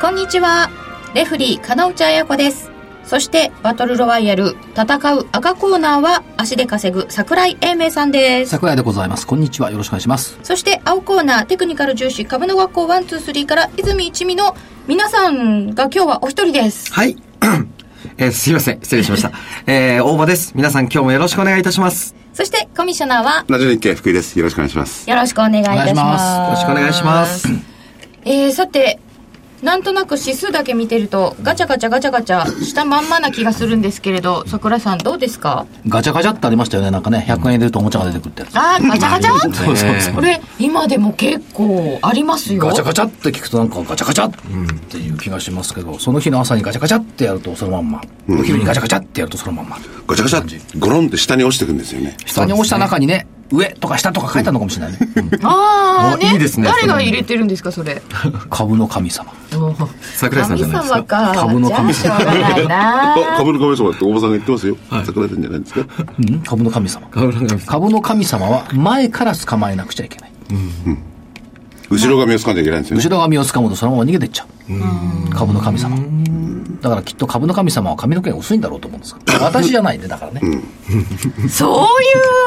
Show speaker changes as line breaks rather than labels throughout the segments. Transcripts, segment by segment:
こんにちは。レフリー、金内彩子です。そして、バトルロワイヤル、戦う赤コーナーは、足で稼ぐ桜井英明さんです。
桜井でございますこんにちはよろしくお願いします
そして、青コーナー、テクニカル重視、株の学校123から、泉一味の皆さんが今日はお一人です。
はい。 えーすいません。失礼しました。えー、大場です。皆さん今日もよろしくお願いいたします。
そして、コミッショナーは、
ラジオ日経福井です。よろしくお願いします。
よろしくお願いいたし
お願いし
ま
ます
す。
よろしくお願いします。
えー、さて、なんとなく指数だけ見てると、ガチャガチャガチャガチャしたまんまな気がするんですけれど、桜井さんどうですか
ガチャガチャってありましたよねなんかね100円入れるとおもちゃが出てくるってやつ
あー、ガチャガチャ
そうそうそう
これ今でも結構ありますよ
ガチャガチャって聞くとなんかガチャガチャっていう気がしますけど、その日の朝にガチャガチャってやるとそのまんま、お昼にガチャガチャってやるとそのまんま。
ガチャガチャ、ゴロンって下に落ちてくんですよね。
下に落ちた中にね、上とか下とか書いてあるのかもしれないね。
ああ、
あいいですね
誰が
それ
入れてるんですかそれ
株の神様。
桜井さんじゃないです
神様
か。
か
株の神様
じゃあしょうがない な
あ、株の神様って大場さんが言ってますよ。桜井さんじゃないですか。
うん株の神様。
株の神様
株の神様は前から捕まえなくちゃいけない。
後ろ髪を掴んじゃいけないんですよね
後。ろ髪を掴むとそのまま逃げてっちゃう。株の神様。だからきっと株の神様は髪の毛が薄いんだろうと思うんですけど私じゃないね、だからね。
そうい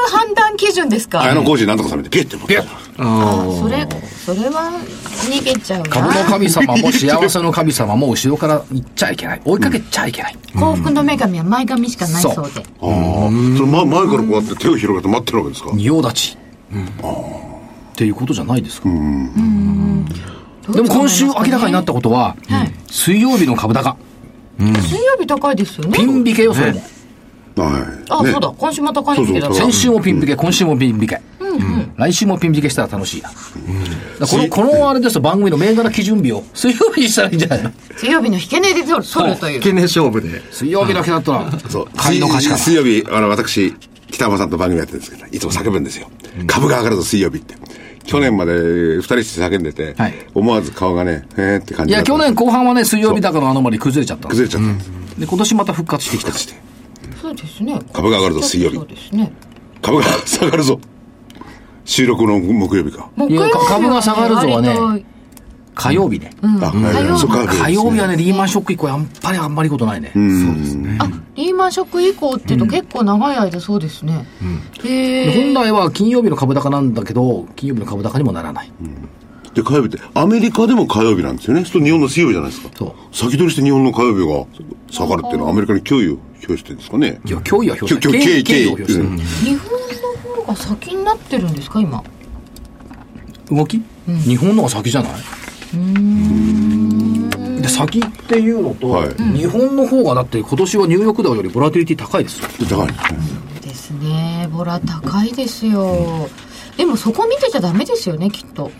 う判断基準ですか
あの工事なんとかされて、ピュッて持ってた。
あーそれそれは逃げちゃうな
株の神様も幸せの神様も後ろから行っちゃいけない。追いかけちゃいけない。
幸福の女神は前髪しかないそうで
ああ。その前前からこうやって手を広げて待ってるわけですか。
仁王立ち、っていうことじゃないですか、で
どう
も
考え
今
ます
週明らかになったことは、
はい
水曜日の株高
水曜日高いですよね
ピン引けよそれも、
はい。
あ
ね
そうだ今週も高いんですけど
そうそう
先週もピン引け、今週もピン引け、来週もピン引けしたら楽しいな、だからこのこのあれですよ番組の銘柄基準日を水曜日にしたらいいんじゃないの
水曜日の引け値で取る取るという
懸念勝負で。
水曜日だけだったら
そう。
買いの貸し方
水水曜日、あの、私、北浜さんと番組やってるんですけど、いつも叫ぶんですよ。株が上がると水曜日って。去年まで二人して叫んでて
はい、
思わず顔がね、へーって感
い
じだ
や
った
去年後半はね水曜日高のあのまり崩れちゃったんです
崩れちゃったんです。
で今年また復活してきた
復活して。
そうですね
株が上がると水曜日
そうですね
株が下がるぞ。収録の木曜日か。
木
い
曜
や
日
か株が下がるぞはね
割と
火曜日ね、
あ、火
曜日
そう火
火曜日は
ね。
ねリーマンショック以降やっぱりあんまりことないね、
そうですね。
あリーマンショック以降っていうと結構長い間そうですね、へえ
本来は金曜日の株高なんだけど、金曜日の株高にもならない。
で、火曜日って、アメリカでも火曜日なんですよね。そうすると日本の水曜日じゃないですか。
そう
先取りして日本の火曜日が下がるっていうのはアメリカに脅威を表してるんですかね。
いや、脅威は表
きょ
示
きょ敬
敬
意敬
意
意
を表してる。
日本の方が先になってるんですか今
動き、日本のが先じゃないで、先っていうのと、
はい
日本の方がだって今年はニューヨークダウよりボラティリティ高いですよ。
うん高いですね。
ですねボラ高いですよでもそこ見てちゃダメですよねきっと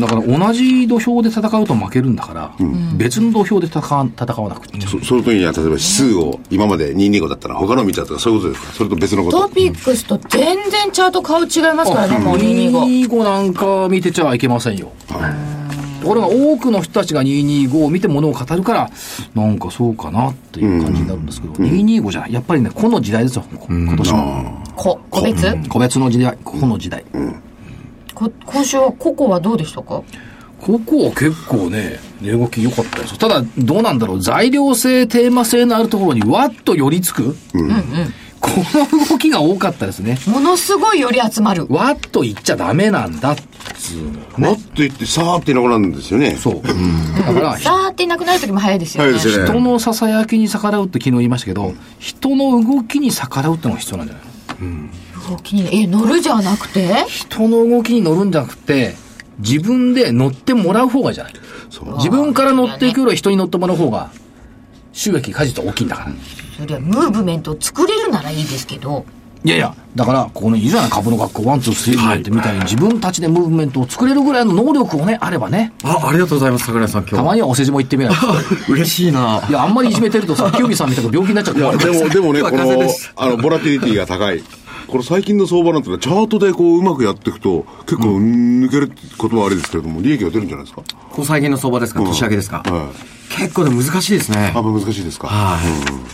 だから同じ土俵で戦うと負けるんだから、別の土俵で戦わ戦わなくていい。
そその時には、例えば指数を今まで225だったら他の見たとかそういうことですかそれと別のこ
ト。
と
ピックスと全然チャート顔違いますからねもう225
225なんか見てちゃいけませんよ。ところが多くの人たちが225を見てものを語るから、なんかそうかなっていう感じになるんですけど、225じゃない。やっぱりね、個の時代ですよ、こ今年は。
個個別
個別の時代、個の時代。
こ今週は個々はどうでしたか
ここは結構ね、値動き良かったです。ただ、どうなんだろう。材料性、テーマ性のあるところにわっと寄りつく。この動きが多かったですね。
ものすごいより集まる
わっといっちゃダメなんだっつうの。
もっと言って、さーっていなくなるんですよね。
そう。だから、
さーっていなくなる時も早いですよ
は
ね
いですよ
人
ね。
のささやきに逆らうって昨日言いましたけど、人の動きに逆らうってのが必要なんじゃないの
動きにえ乗るじゃなくて
人の動きに乗るんじゃなくて、自分で乗ってもらう方がいいじゃない
そう
自分から乗っていくよりは人に乗ってもらう方が、収益、果実は大きいんだから。
そりゃムーブメントを作れるならいいですけど
いやいや、だから、ここのいいじゃない、株の学校、ワン、ツー、スリーなんてみたいに、自分たちでムーブメントを作れるぐらいの能力をね、あればね、
あ、ありがとうございます、桜井さん、今
た
日は。
まにはお世辞も言ってみないと。
嬉しいない
や、あんまりいじめてるとさ、キュービーさんみたいな病気になっちゃって
いや、
困
で
る。
も、でもね、こ
今風
の
です、
あの、ボラティリティが高い。この最近の相場なんてのは、チャートでこう、うまくやっていくと、結構、抜けるって言葉はあれですけれども、利益が出るんじゃないですか。
こう最近の相場ですか、年明けですか。
は
結構ね、難しいですね
あ、。難しいですか。
は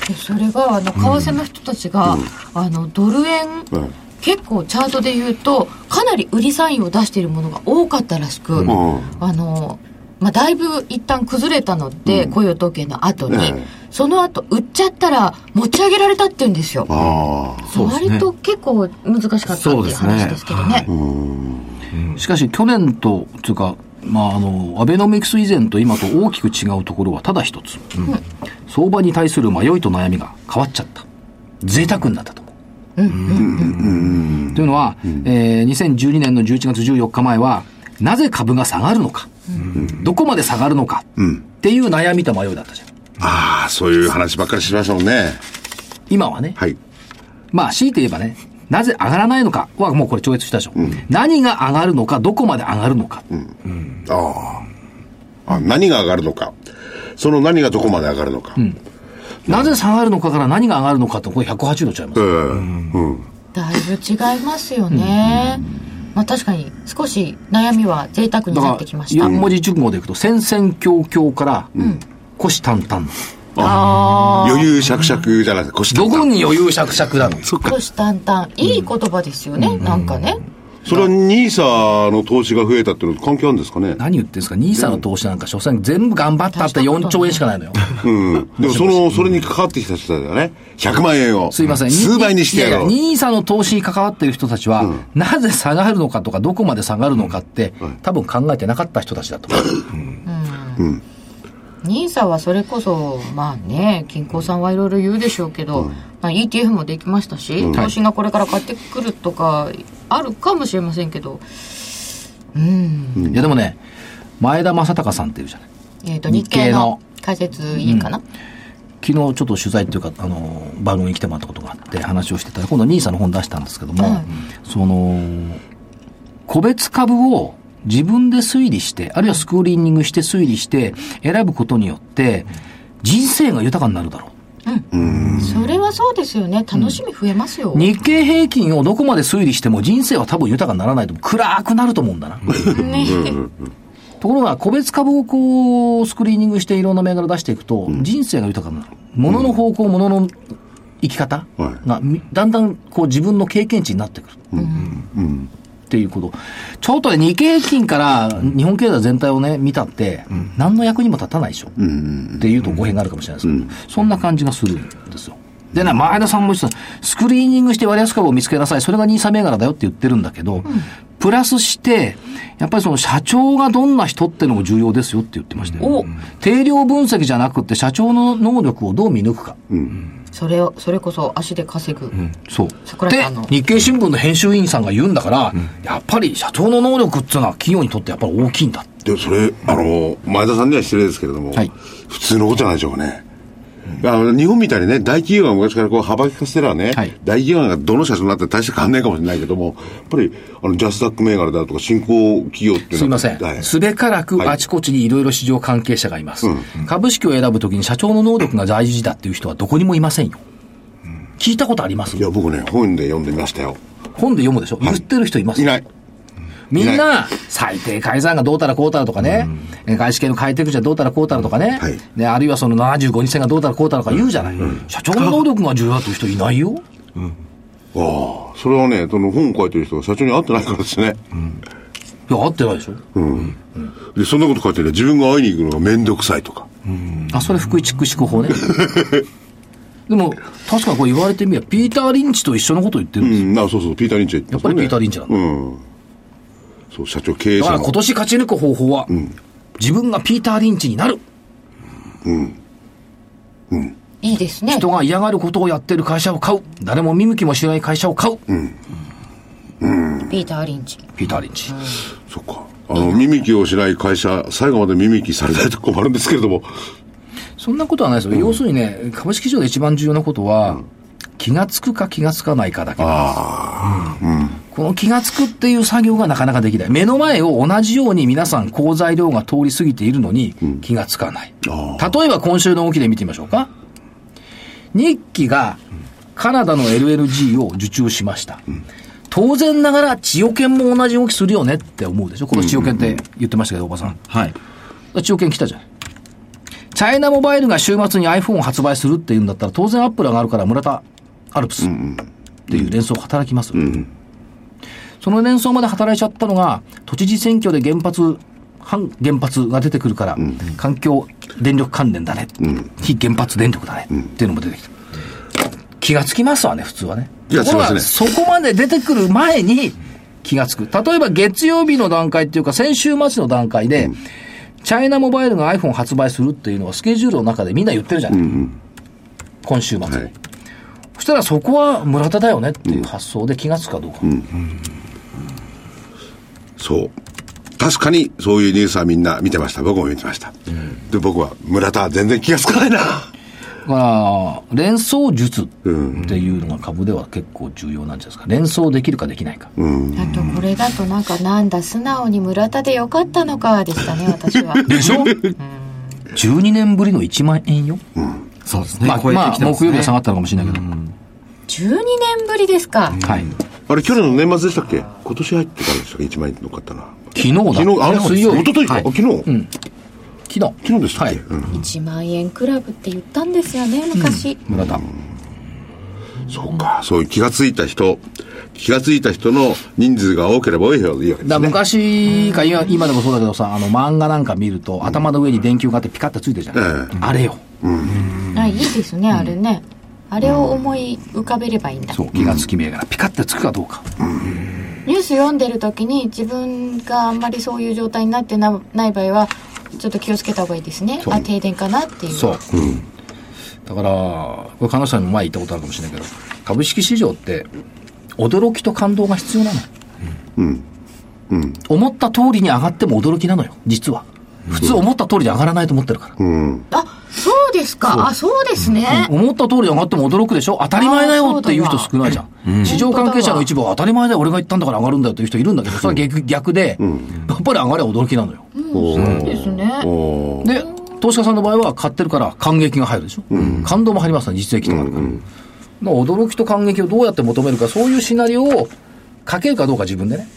い。
でそれがあの為替の人たちが、あのドル円、
うん
結構チャートで言うとかなり売りサインを出しているものが多かったらしく、
ん
あのまあ、だいぶ一旦崩れたので、雇用統計の後に、
ええ
その後売っちゃったら持ち上げられたって言うんですよ
ああ。
そうですね
割と結構難しかったっていう話ですけどね
しかし、去年と、つうか、まあ、あの、アベノミクス以前と今と大きく違うところはただ一つ。相場に対する迷いと悩みが変わっちゃった。贅沢になったと思う。というのは、えー2012年の11月14日前は、なぜ株が下がるのか、どこまで下がるのか、っていう悩みと迷いだったじゃん。
ああ、そういう話ばっかりしましたもんね。
今はね、
はい。
まあ、強いて言えばね、なぜ上がらないのかはもうこれ超越したでしょ。何が上がるのか、どこまで上がるのか。
ああ。あ、何が上がるのか。その何がどこまで上がるのか。
なぜ下がるのかから何が上がるのかって、これ180度ちゃいます。
うん。うん。
だいぶ違いますよね、まあ、確かに少し悩みは贅沢に
だ
なっ
か
てき
ら
ま、した
四文字熟語でいくと、戦々恐々から、虎視眈々。
ああ
余裕しゃくしゃくじゃないですか。腰
どこに余裕しゃくしゃくなの
そっか
虎。視眈々いい言葉ですよね、なんかね、
それはニーサの投資が増えたっていうのと関係あるんですかね。
何言ってんですか、ニーサの投資なんか、所詮全部頑張ったって4兆円しかないのよ。
うん。でもその、それに関わってきた人たちだね。100万円を。
すいません。
数倍にしてやろう。
ニーサの投資に関わっている人たちは、なぜ下がるのかとか、どこまで下がるのかって、多分考えてなかった人たちだと思う。
ニーサはそれこそまあね銀行さんはいろいろ言うでしょうけど、まあ、ETF もできましたし、投資がこれから買ってくるとかあるかもしれませんけど、
いやでもね、前田正隆さんっていうじゃない。
えー、と
日
日
経
経
の
の解説いいかな、
昨日ちょっと取材っていうか、あの、番組に来てもらったことがあって話をしてたら、今度ニーサの本出したんですけども、
はい
その、個別株を自分で推理して、あるいはスクリーニングして推理して選ぶことによって、人生が豊かになるだろう。
それはそうですよね楽しみ増えますよ、ね
日経平均をどこまで推理しても人生は多分豊かにならないと思う暗くなると思うんだな。ところが個別株をこうスクリーニングしていろんな銘柄出していくと人生が豊かになる。物の方向、物の生き方がみだんだんこう自分の経験値になってくる。っていうこと。ちょっとね、日経平均から日本経済全体をね、見たって、何の役にも立たないでしょ。っていうと語弊があるかもしれないですけど、そんな感じがするんですよ。でね、前田さんも言ってた、スクリーニングして割安株を見つけなさい。それが NISA 銘柄だよって言ってるんだけど、プラスして、やっぱりその社長がどんな人ってのも重要ですよって言ってましたよ。定量分析じゃなくて社長の能力をどう見抜くか。
それをそれこそ足で稼ぐ、
そう。
桜井
で
さんの、
日経新聞の編集員さんが言うんだから、やっぱり社長の能力っていうのは企業にとってやっぱり大きいんだ。
でもそれ、あの、前田さんには失礼ですけれども、
はい
普通のことじゃないでしょうかね。あの日本みたいにね、大企業が昔からこう幅利かせてればね、
はい
大企業がどの社長になって大して変わんないかもしれないけども、やっぱり、あの、ジャスダック銘柄だとか、新興企業っていうのは
すいませ
はい
ん。すべからくあちこちにいろいろ市場関係者がいます。株式を選ぶときに社長の能力が大事だっていう人はどこにもいませんよ。聞いたことあります
いや、僕ね、本で読んでみましたよ。
本で読むでしょ言ってる人います
いない。
みん
いな
な、最低改ざんがどうたらこうたらとかね、え外資系の買い手口はどうたらこうたらとかね、
はい
であるいはその75日線がどうたらこうたらとか言うじゃない。社長の能力が重要だという人いないよ。
ああ、それはね、その本を書いてる人が社長に会ってないからですね。
いや、合ってないでしょ。
で、そんなこと書いてね、自分が会いに行くのがめんどくさいとか。
あ、それ福井チック思考法 ね。でも、確かにこれ言われてみれば、ピーター・リンチと一緒のこと言ってるん
う
ですよ
ん、なそうそう、ピーター・リンチは言ってますね。
やっぱりピーターリンチ
うん。そう、社長経営
だ
者
から
の
今年勝ち抜く方法は、自分がピーター・リンチになる
いいですね
人が嫌がることをやってる会社を買う誰も見向きもしない会社を買う、
ピーター・リンチ
ピーター・リンチ、
そっか。あの、見聞きをしない会社、最後まで見聞きされないと困るんですけれども、
そんなことはないですよ、要するにね株式市場で一番重要なことは、企気がつくか気がつかないかだけなんです
ああ、うん。
この気がつくっていう作業がなかなかできない。目の前を同じように皆さん好材料が通り過ぎているのに気がつかない。
あ
例えば今週の動きで見てみましょうか。日記がカナダの LNG を受注しました。当然ながら千代犬も同じ動きするよねって思うでしょこの千代犬って言ってましたけど、おばさん。
はい。
千代犬来たじゃん。チャイナモバイルが週末に iPhone を発売するっていうんだったら、当然アップル上がるから村田アルプスっていう連想働きますよね、その連想まで働いちゃったのが、都知事選挙で原発、反原発が出てくるから、環境、電力関連だね、非原発電力だね、っていうのも出てきた。気がつきますわね、普通はね。
いや
ところが
そ
そこまで出てくる前に気がつく。例えば月曜日の段階っていうか、先週末の段階で、チャイナモバイルが iPhone 発売するっていうのはスケジュールの中でみんな言ってるじゃない、今週末、
はい。
そしたらそこは村田だよねっていう発想で気がつくかどうか。
そう。確かにそういうニュースはみんな見てました。僕も見てました。で、僕は村田は全然気がつかな いな。
だから、連想術っていうのが株では結構重要なんじゃないですか。連想できるかできないか。
あとこれだとなんかなんだ素直に村田でよかったのかでしたね私 は
でしょ ?12 年ぶりの1万円よ。
そうですね。
まあ、
超えて
まあ
きてます
木
ね
曜日は下がったのかもしれないけど。
12年ぶりですか、
はい。
あれ、去年の年末でしたっけ今年入ってからでしたっけ ?1 万円乗っかったな。
昨日だ。
昨日、あれ、
水曜日。
一昨日か。
は
あ
い
昨日、
昨日。
昨日でしたっ
は
け、
い。
うん
1万円クラブって言ったんですよね昔、
村田。
そうか。そういう気がついた人、気がついた人の人数が多ければ多いほどいいわけ
だ
です
から
ね。
昔か今今でもそうだけどさあの漫画なんか見ると頭の上に電球があってピカッてついてるじゃん、
ええ
あれよ
あいいですねあれね、あれを思い浮かべればいいんだ
そう気がつき銘柄、ピカッてつくかどうか、
ニュース読んでる時に自分があんまりそういう状態になってなない場合はちょっと気をつけた方がいいですねあ停電かなっていう
そう、だからこれ彼女さんにも前言ったことあるかもしれないけど株式市場って驚きと感動が必要なのうん、思った通りに上がっても驚きなのよ実は普通思った通りで上がらないと思ってるから、
うん。
あそうですかあそうですね、
思った通り上がっても驚くでしょ当たり前だよっていう人少ないじゃん。市場関係者の一部は当たり前だよ、俺が言ったんだから上がるんだよっていう人いるんだけど、それは逆逆で、やっぱり上がりは驚きなのよ。
おー
ですね
おー
で、投資家さんの場合は買ってるから感激が入るでしょ。感動も入りますね、実益とかあるから。まあ驚きと感激をどうやって求めるか、そういうシナリオを書けるかどうか自分でね。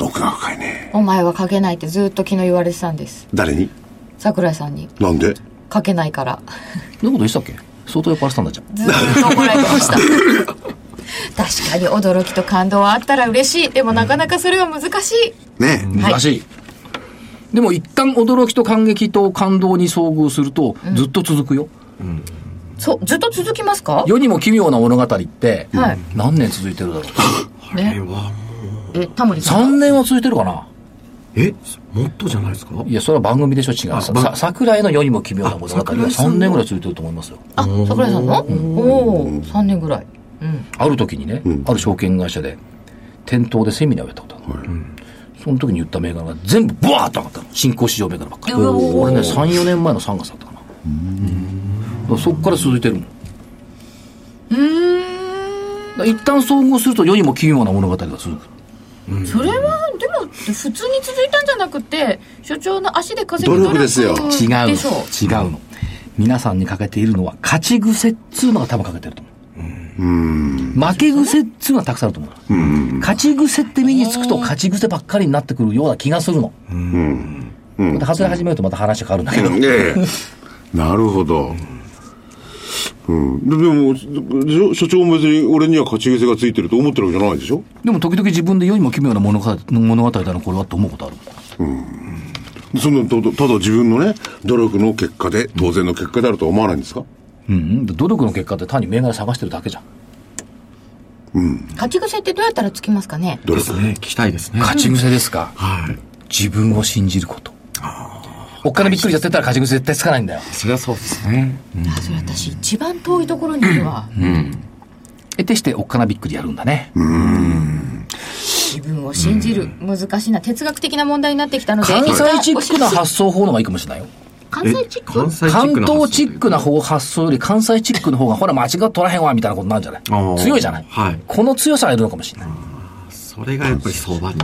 奥が深いね。
お前はかけないってずっと昨日言われてたんです
誰に
桜井さんに
なんで
かけないから
どういうことでしたっけ相当酔っ払ってたんだじゃん。
ずっと怒られて ました確かに驚きと感動はあったら嬉しいでもなかなかそれは難しい
ねえ。
はい
難しい。でも一旦驚きと感激と感動に遭遇すると、ずっと続くよ。
そう、ずっと続きますか
世にも奇妙な物語って、
はい
何年続いてるだろう
ね。え、タモリさん。
3年は続いてるかな
えもっとじゃないですか
いやそれは番組でしょ違う
あ
さ
番
さ桜井の世にも奇妙な物語は
桜井さ
3
んの
年ぐらい続いてると思いますよ
あ、桜井さんのおお3年ぐらい。うん。
ある時にね、ある証券会社で店頭でセミナーをやったことある、その時に言った銘柄が全部ブワーッと上がったの新興市場銘柄ばっかり
うお
俺ね34年前の3月だったかなだからそっから続いてるもんだから一旦総合すると世にも奇妙な物語が続く
それは、でも、普通に続いたんじゃなくて、所長の足で稼ぐ
努力ですよ
違うの
でしょ
違うの皆さんにかけているのは勝ち癖っつうのが多分かけてると思う負け癖っつうのがたくさんあると思う勝ち癖って身につくと勝ち癖ばっかりになってくるような気がするのまた外れ始めるとまた話が変わるんだけど
うんええ。なるほど。うん、ででも所所長も別に俺には勝ち癖がついてると思ってるわけじゃないでしょ
でも時々自分で世にも奇妙な物語物語だなこれはと思うことある
そのただただ自分のね努力の結果で当然の結果であるとは思わないんですか
うんうん努力の結果って単に銘柄探してるだけじゃん
勝ち癖ってどうやったらつきますかね
努
で
力
すね。聞きたいですね。
勝ち癖ですか
はい。
自分を信じることおっかなびっくりやってたら勝ち癖絶対つかないんだよ
そりゃそうですね。
あそれ私一番遠いところにいるわ
得てしておっかなびっくりやるんだね
自分を信じる難しいな哲学的な問題になってきたので
関
いつか
西チックな発想法の方がいいかもしれないよ。
関西地区
関西
関東チ
チ
ッ
ッ
ク
ク
な
な発想とい
方
うか
発想より関西チックの方がほら間違っとらへんわみたいなことなんじゃない
あー
強いじゃない、
はい
この強さがいるのかもしれない。
それがやっぱり相場に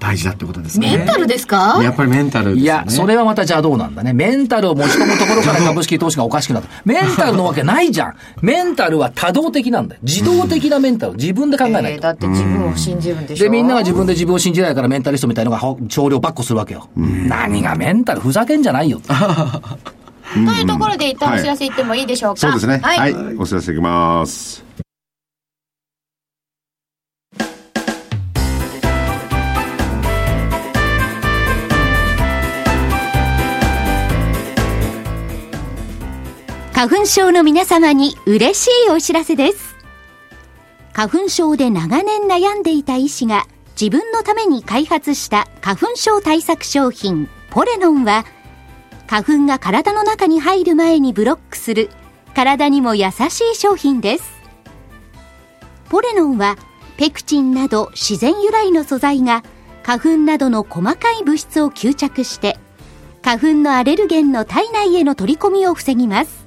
大事だってことですね。
メンタルですか
やっぱりメンタルですよね。
いや、それはまた邪道なんだね。メンタルを持ち込むところから 株式投資がおかしくなった。メンタルのわけないじゃん。メンタルは多動的なんだよ。自動的なメンタル。自分で考えな
え
い
ー
と。
だって自分を信じるんでしょ
で、みんなが自分で自分を信じないからメンタリストみたいのがほ少量ばっこするわけよ。何がメンタルふざけんじゃないよ。
というところで一旦お知らせ行ってもいいでしょうか、
そうですね。
はい、
はい。お知らせいきます。
花粉症の皆様に嬉しいお知らせです。花粉症で長年悩んでいた医師が自分のために開発した花粉症対策商品ポレノンは花粉が体の中に入る前にブロックする体にも優しい商品です。ポレノンはペクチンなど自然由来の素材が花粉などの細かい物質を吸着して花粉のアレルゲンの体内への取り込みを防ぎます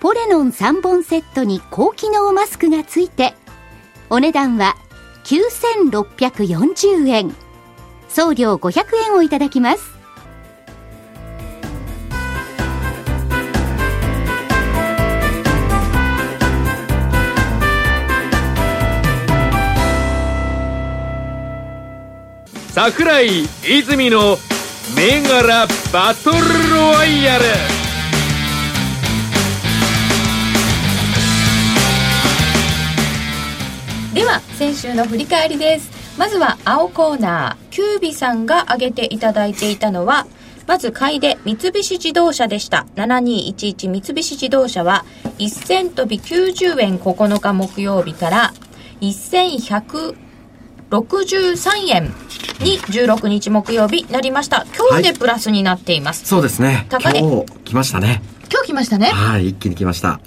ポレノン3本セットに高機能マスクがついてお値段は9640円送料500円をいただきます
桜井泉の銘柄バトルロワイヤル
では先週の振り返りですまずは青コーナーキュービさんが挙げていただいていたのはまず買いで三菱自動車でした7211三菱自動車は1000飛び90円9日木曜日から1163円に16日木曜日になりました今日でプラスになっています、
そうですね。今
高値
日来ましたね。
今日来ましたね
はい、一気に来ました。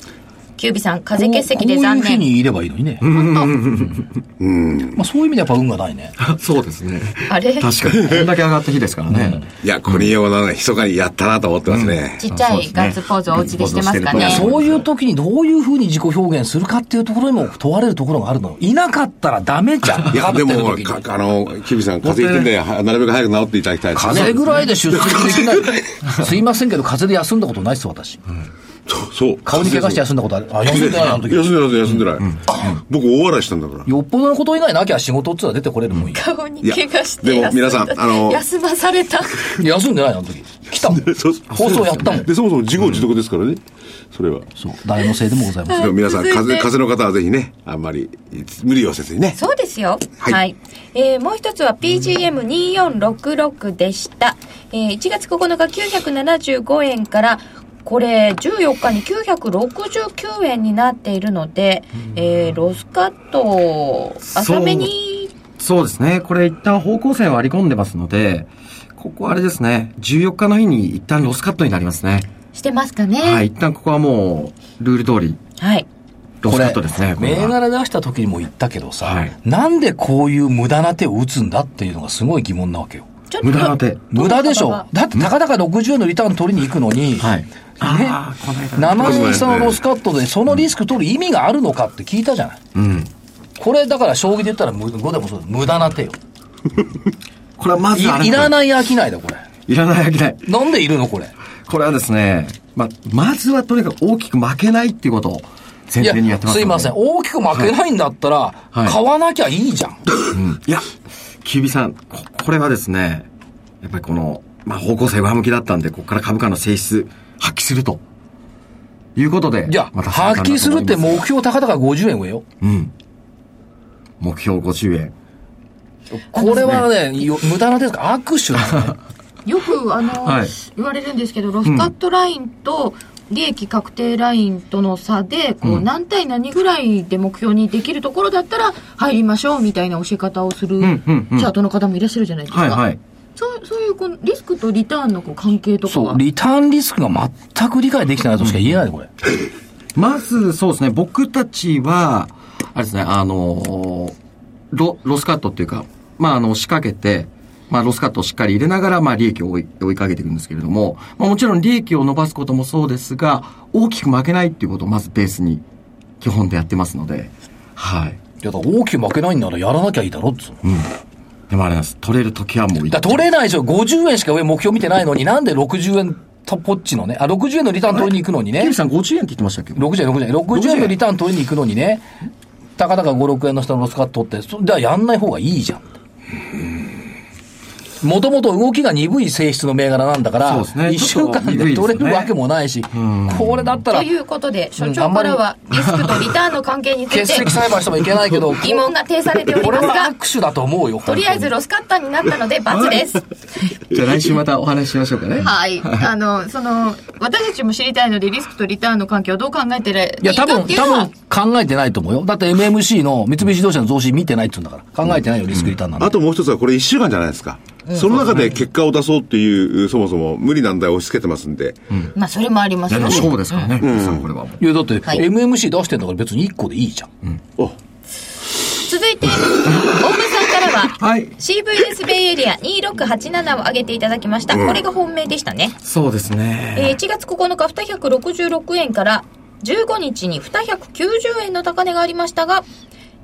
キュービさん風邪欠席で残
こういう日
念
にいればいいのにね。
うん。
まあ、そういう意味でやっぱ運がないね。
そうですね。
あれ
確 かに。こんだけ上がった日ですからね。
いや、これような、密かにやったなと思ってますね。
ちっちゃいガッツポーズをお家でしてますか
うん
いや
ね
そういう時にどういうふうに自己表現するかっていうところにも問われるところがあるの。いなかったらダメじゃん。
いや、
勝
で
って
も、
る時
か
に
あの、キビさん、風邪ひいてんで、はなるべく早く治っていただきたいですね
風邪ぐらいで出席できない。すいませんけど、風邪で休んだことないっす、私。
そうそう。
顔に怪我して休んだことある。あ、休んでないな、あの
休
時。
んでない、休んでない。僕、大笑いしたんだから。
よっぽどのこと以外なきゃ仕事っつうのは出てこれるもんよ
顔に怪我して
いやでも皆さん
休だ
あの
休まされた
休んでないな、あの時。来たも ん。
そうそう
放送やったもん。
で、そもそも自業自得ですからね。それは。
そう、誰のせいでもございません。
でも皆さん、
続いて
風邪、風邪の方はぜひね、あんまり、無理をせずにね。
そうですよ。は。
はいい
えーもう一つは PGM2466 でした。えー1月9日975円から、これ14日に969円になっているので、えーロスカット、浅めに、
そうですね。これ一旦方向性を割り込んでますので、ここあれですね。14日の日に一旦ロスカットになりますね。
してますかね、
はい、一旦ここはもう、ルール通り、
はい。
ロスカットですね。これ
銘
は
柄出した時にも言ったけどさ、
はい
なんでこういう無駄な手を打つんだっていうのがすごい疑問なわけよ。
ちょっと、
無駄な手。
無駄でし
どういう
ょ
こ。
だってたかだか60円のリターン取りに行くのに、
はい。あーこの間
7円差のロスカットでそのリスク取る意味があるのかって聞いたじゃない。
うん。
これだから将棋で言ったら無5でもそうだ無駄な手よ。
これはまずあ
いいら
い。
ない商いだこれ。
いらない、いらない。
なんでいるのこれ。
これはですね、ま、まずはとにかく大きく負けないっていうことを前
いや
提にやってますす
い
ので。
ません。大きく負けないんだったら、
はい
買わなきゃいいじゃん。
いや、キュービさん、ここれはですね、やっぱりこの、まあ、方向性上向きだったんで、ここから株価の性質、発揮すると。いうことで。
いや、
また参
発
加に
揮
な
す
と思
る
い
っ
ます
て目標高々50円上よ。
うん。目標50円。
これはね、よ無駄な手ですか握手だね。
よくあの、
はい
言われるんですけどロスカットラインと利益確定ラインとの差で、こう、何対何ぐらいで目標にできるところだったら入りましょうみたいな教え方をするチ
んうんうん
ャートの方もいらっしゃるじゃないですか。
はいはい。
そうそういうこのリスクとリターンのこう関係とか
そ
は
う、リターンリスクが全く理解できてないとしか言えないで、これ。
まず、そうですね、僕たちは、あれですね、あの、ロ、ロスカットっていうか、まあ、あの、仕掛けて、まあ、ロスカットをしっかり入れながら、まあ、利益を追い追いかけていくんですけれども、まあ、もちろん利益を伸ばすこともそうですが、大きく負けないっていうことをまずベースに、基本でやってますので、はい。
いや、だから大きく負けないんならやらなきゃいいだろっつうの
でもあれなんです、取れる時はもういい
だから取れないでしょ。50円しか上目標見てないのに、なんで60円とぽっちのね、あ、60円のリターン取りに行くのに
キ
ね
ム、さん50円って言ってましたっけ
60円、60円、60円のリターン取りに行くのにね、たかだか5、6円の下のロスカットって、そではやんない方がいいじゃん。もともと動きが鈍い性質の銘柄なんだから、
そうですね
1週間
ちょっと鈍いで
で
すね
取れるわけもないし、これだった
と
ら、
いうことで所
うんあ
長
んま
か
り
らはリスクとリターンの関係につ
欠
いて
席裁判してもいけないけど、
疑問が呈されており
これ
ます
は
が
握手だと思うよ。
とりあえず
本
ロスカッターになったので×です。
じゃあ来週またお話ししましょうかね。
はい。あの、その、私たちも知りたいので、リスクとリターンの関係をどう考えてる
当にいや、多
かっ
分、
ていうのは
多分考えてないと思うよ。だって MMC の三菱自動車の増資見てないって言うんだから。考えてないよ、リスクリターンなんて
あともう一つはこれ一週間じゃないですか。その中で結果を出そうっていう、そもそも無理難題を押し付けてますんで。
まあ、それもありま
い
す
や、で
よね。
も勝負ですからね、キムさんこれはもう。
いや、だって、
はい
MMC 出してんだから別に1個でいいじゃん。
お
続いて、大村さんからは、
はい。
CVS ベイエリア2687を挙げていただきました。これが本命でしたね。
そうですね。
えー1月9日、266円から、15日に290円の高値がありましたが、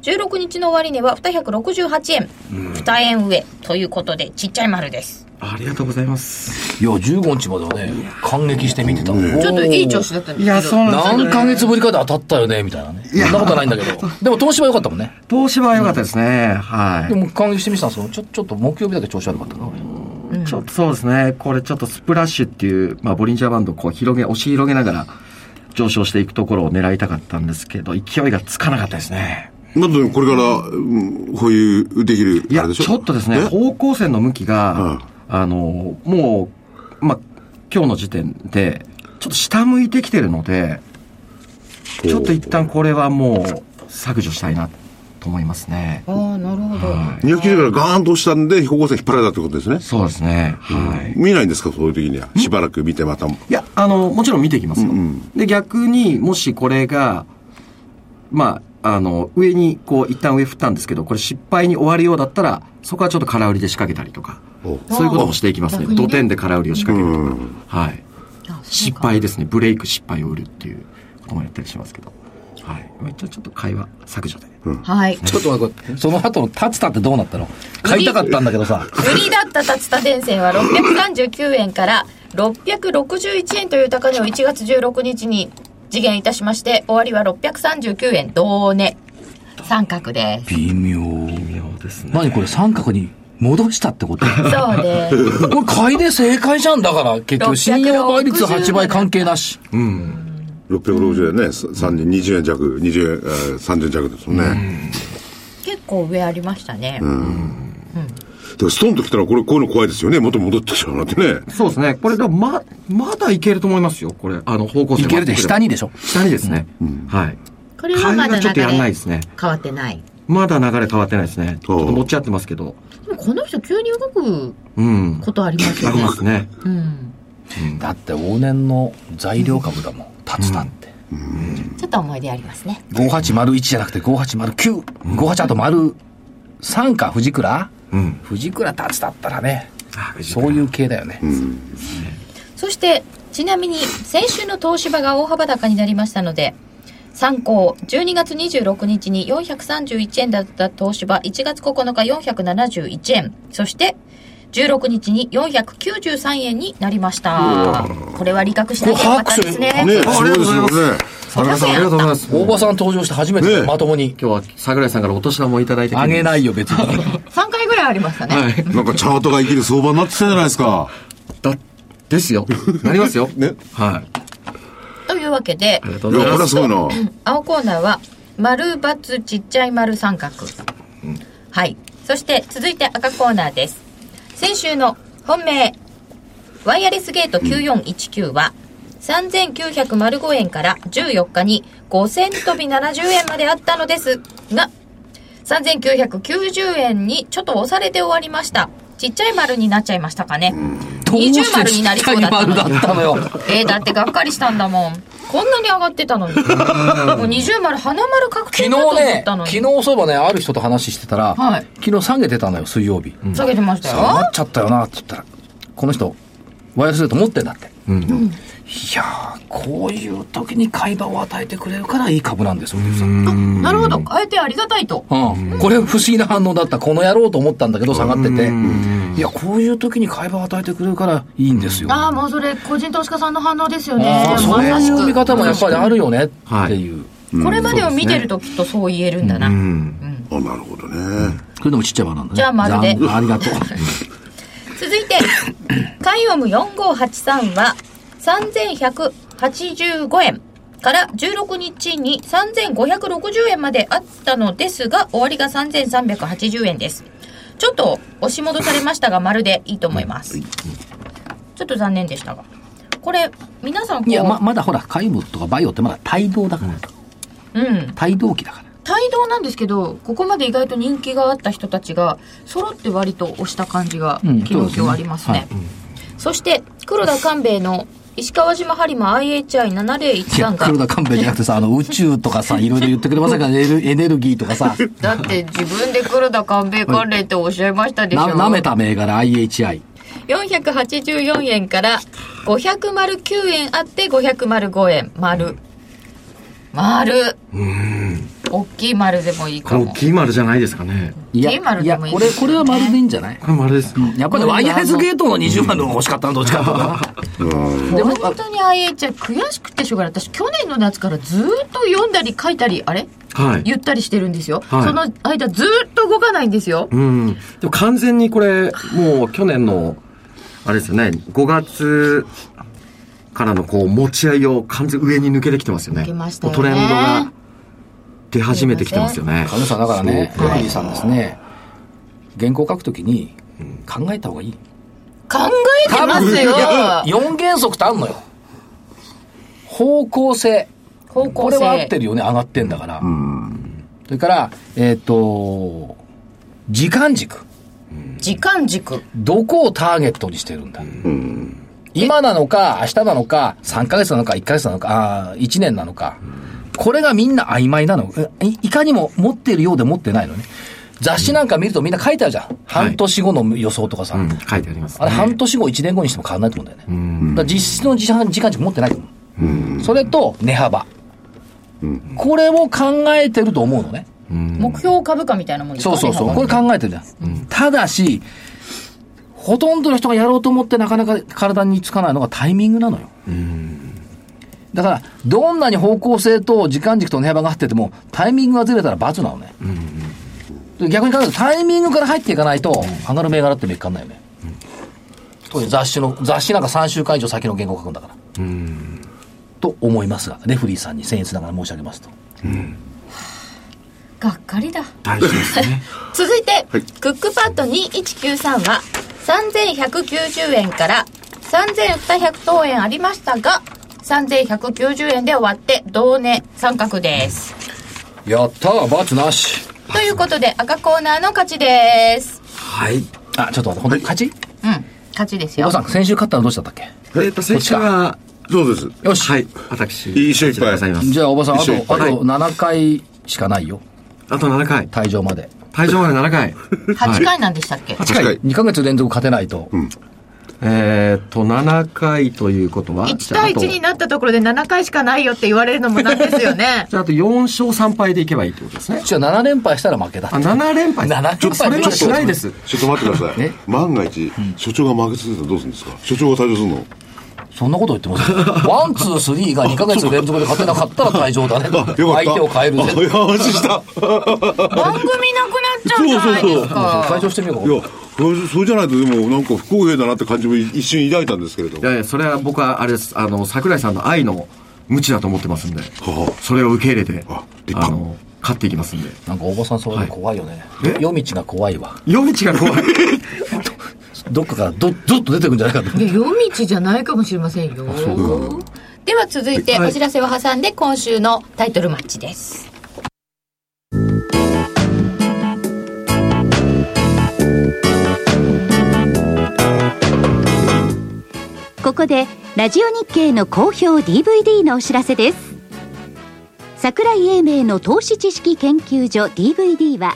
16日の終値は268円、2円上ということで、ちっちゃい丸です。
ありがとうございます。
いや、15日まではね、感激して見てた。
ち
ち
ょっといい調子だったんですけど。
う
何ヶ月ぶりかで当たったよね、みたいなね。そんなことはないんだけ ど。でも、東芝良かったもんね。
東芝は良かったですね。は
でも、感激してみてたんですよ。ちょ、ちょっと木曜日だけ調子悪かったな、俺
い。ちょっとそうですね。これちょっとスプラッシュっていう、まあ、ボリンジャーバンドをこう広げ、押し広げながら上昇していくところを狙いたかったんですけど、勢いがつかなかったですね。
なんでこれから、うん保有できる、
いや、
あれでしょ
ちょっとですね、
え
方向線の向きが、あの、もう、まあ、今日の時点で、ちょっと下向いてきてるので、ちょっと一旦これはもう削除したいなと思いますね。
ああ、なるほど。
290からガーンと押したんで、飛行光線引っ張られたってことですね。
そうですね。はい。
見ないんですか、そういう時には。しばらく見てまた。
いや、あの、もちろん見ていきますよ。
うんうん
で、逆に、もしこれが、まあ、あの、上に、こう、一旦上振ったんですけど、これ失敗に終わるようだったら、そこはちょっと空売りで仕掛けたりとか、そういうこともしていきますね。
逆にね
土点で空売りを仕掛けるとか、
う
はい。失敗ですね。ブレイク失敗を売るっていうこともやったりしますけど。はい。まあ一応ちょっと会話削除で。
はい。
ちょっと待って、 その後の立田ってどうなったの買いたかったんだけどさ。
売りだった竜田電線は639円から661円という高値を1月16日に次元いたしまして、終わりは639円同値。三角です。
微妙。
そうですね。
何これ、三角に戻したって こと
そうです。
これ、買いで正解じゃんだから、結局、信用倍率8倍関係なし。
うん。
660円ね、3人、20円弱、20円、えー30円弱ですもんね。
結構上ありましたね。
でもストンと来たら、これ、こういうの怖いですよね。元戻ってきちゃうなんてね。
そうですね。これ、でもま、まだいけると思いますよ。これ、あの、方向性
いけるで、
合ってれば
下にでしょ。
下にですね。はい。
これはま
会
だ
話ちょっと
流
やんない
れ
ですね。
変わってない。
まだ流れ変わってないですね。ちょっと持ち合ってますけど。
でもこの人急に動く
うん。
ことありますよ
あり
ね
ま。すね。
うん。
だって、往年の材料株だもん、立田って。
ちょっと思い出ありますね。
5801じゃなくて5809、58あと丸3か藤倉
うん。
藤倉達だったらね
あ
そういう系だよね、
そして、ちなみに先週の東芝が大幅高になりましたので、参考、12月26日に431円だった東芝、1月9日471円、そして、16日に493円になりました。これは利確しなきゃよかったですね。
ねすごいですよね。
桜井さん、ありがとうございます。
大場さん登場して初めて
ね
まともに
今日は桜井さんからお年玉をいただいてくれ
あ
る
げないよ別に
3回ぐらいありましたね。
はい。
なんかチャートが生きる相場になってきたじゃないですか。
だ、ですよ。なりますよ。
ね。
はい。
というわけで
あ、りがと
いう
ござい
や、
ま
これは
す。
すごいな。
青コーナーは、丸、バツ、ちっちゃい丸、三角。はい。そして、続いて赤コーナーです。先週の本命、ワイヤレスゲート9419は、 3905円から14日に5000飛び70円まであったのですが、3990円にちょっと押されて終わりました。ちっちゃい丸になっちゃいましたかね。
どう
二重
して
丸になりそうだったの
ちっちゃい丸だったのよ。
えー、だってがっかりしたんだもん。こんなに上がってたのに。もう二重丸、花丸確定
昨
だと
日
思っ
ね、
たの
昨
に。
日そういえばね、ある人と話してたら、
はい
昨日下げてたのよ、水曜日。
下げてました
下が
よ
っ。ちゃったよなって言ったら、この人、ワイヤレスレート持ってんだって。いやー、こういう時に買い場を与えてくれるからいい株なんですよ、お客さん。
なるほど。変えてありがたいと。
うん、これ不思議な反応だった。この野郎と思ったんだけど下がってて。いや、こういう時に買い場を与えてくれるからいいんですよ。
ああ、もうそれ、個人投資家さんの反応ですよね。
あーそう
まさし
いう見
く。
方もやっぱりあるよねっていう。
これまでを見てるときっとそう言えるんだな。
あなるほどね。
それでもちっちゃい場なんだね。
じゃあまるで
残ありがとう。
続いて、カイオム4583は3185円から16日に3560円まであったのですが、終わりが3380円です。ちょっと押し戻されましたが、まるでいいと思います。ちょっと残念でしたが。これ、皆さんこう、
いや、ま、まだほら、カイムとかバイオってまだ帯同だから。
うん。
帯同期だから。
帯同なんですけど、ここまで意外と人気があった人たちが、揃って割と押した感じが、
うん
昨日今日ありますね。そして、黒田官兵衛の石川島播磨
いや
IHI7013
黒
が、
田勘弁じゃなくてさ、あ の、宇宙とかさ、いろいろ言ってくれませんか、エネルエネルギーとかさ、
だって自分で黒田官兵衛関連っておっしゃいましたでしょ。
な、舐めた銘柄 IHI。
484円から509円あって505円、丸。丸。大きい丸でもいい
こ
か
れ
も
大。きい丸じゃないですかね。
いや、
テーマの
い
で
や、
もいい
こ
で
れ、
すよ
これは丸でいいんじゃない
これ丸です。
やっ ぱりワイヤレスゲートの20万の方が欲しかったの、どっちかっていうと。でも、
本当に IHI 悔しくてしょうがない私去年の夏からずーっと読んだり書いたりあれ
はい。
言ったりしてるんですよ、
はい
その間ずーっと動かないんですよ
うん。でも完全にこれ、もう去年の、あれですよね、5月からのこう、持ち合いを完全に上に抜けてきてますよね。
抜けましたよね
もうトレンドが出始めてきてますよね。
金さんだからね、
そうか
エリーさんですね、原稿書くときに考えた方がいい。
考えてますよ
4原則ってあんのよ。方向性。
方
こ
向
れは合っ
性
てるよね、上がってんだから。それから、えっ、と、時間軸。
時間軸
どこをターゲットにしてるんだ。今なのか、明日なのか、3ヶ月なのか、1ヶ月なのか、あー1年なのか。これがみんな曖昧なの。いいかにも持ってるようで持ってないのね。雑誌なんか見るとみんな書いてあるじゃん。半年後の予想とかさ。
うん、書いてあります、
あれ半年後、1年後にしても変わらないと思うんだよね。だから実質の時間時間軸持ってないと思う。それと、値幅。これを考えてると思うのね。
目標株価みたいなもんですか
そうそうそう。これ考えてるじゃん。ただし、ほとんどの人がやろうと思ってなかなか体につかないのがタイミングなのよ。だから、どんなに方向性と時間軸と値幅が合ってても、タイミングがずれたら罰なのね。で逆に考えると、タイミングから入っていかないと、上がる銘柄ってめっかんないよね。特に雑誌の、雑誌なんか3週間以上先の原稿書くんだから。と思いますが、レフリーさんに僭越ながら申し上げますと。
がっかりだ
大事ですね。
続いて、クックパッド2193は3190円から3200等円ありましたが3190円で終わって同値三角です
やったー、罰なし。
ということで赤コーナーの勝ちです
はい。
あ、ちょっと待って、本当に勝ち
うん勝ちです
お
よ
父さん、先週勝ったのどうしたったっけ
えっと、先週は、
そうです。
よし。
はい、私。
一緒いっぱい
ございます。
じゃあ、おばさん、あ
一緒
と、
いっ
あ
ぱい
と7回しかないよ。
あと7回。
退場まで。
退場まで7回。
8回なんでしたっけ、
近い
2ヶ月連続勝てないと。
えーっと、7回ということは、
1対1に
じゃああ
なったところで7回しかないよって言われるのもなんですよね
と。じゃあ、あと4勝3敗でいけばいいってことですね。
じゃあ、7連敗したら負けだって
あ、。7連敗。
7連敗
ちょっとそれはしないです。
ちょっと待ってください
え。
万が一、所長が負け続けたらどうするんですか所長が退場するの
そんなこと言ってません。ワン、ツー、スリーが2ヶ月連続で勝てなかったら退場だね。
あ、よかった。
相手を変える
あい
ぜ。
や、安心した。
番組なくなっちゃうじゃないです
退
か。
場してみよ
いうや、これそうじゃないと、でも、なんか不公平だなって感じも一瞬抱いたんですけれど
い。やいや、それは僕はあれです。あの、桜井さんの愛の無知だと思ってますんで、
はあ
それを受け入れて、
あ
あ
立派
の、勝っていきますんで。
か。なんか、おばさん、そういうの怖いよね。
え
夜道が怖いわ。
夜道が 怖い。
どっかから、ど、どっと出てくんじゃないかと。
いや夜道じゃないかもしれませんよ。では続いてお知らせを挟んで今週のタイトルマッチです。
ここでラジオ日経の好評 DVD のお知らせです桜井英明の投資知識研究所 DVD は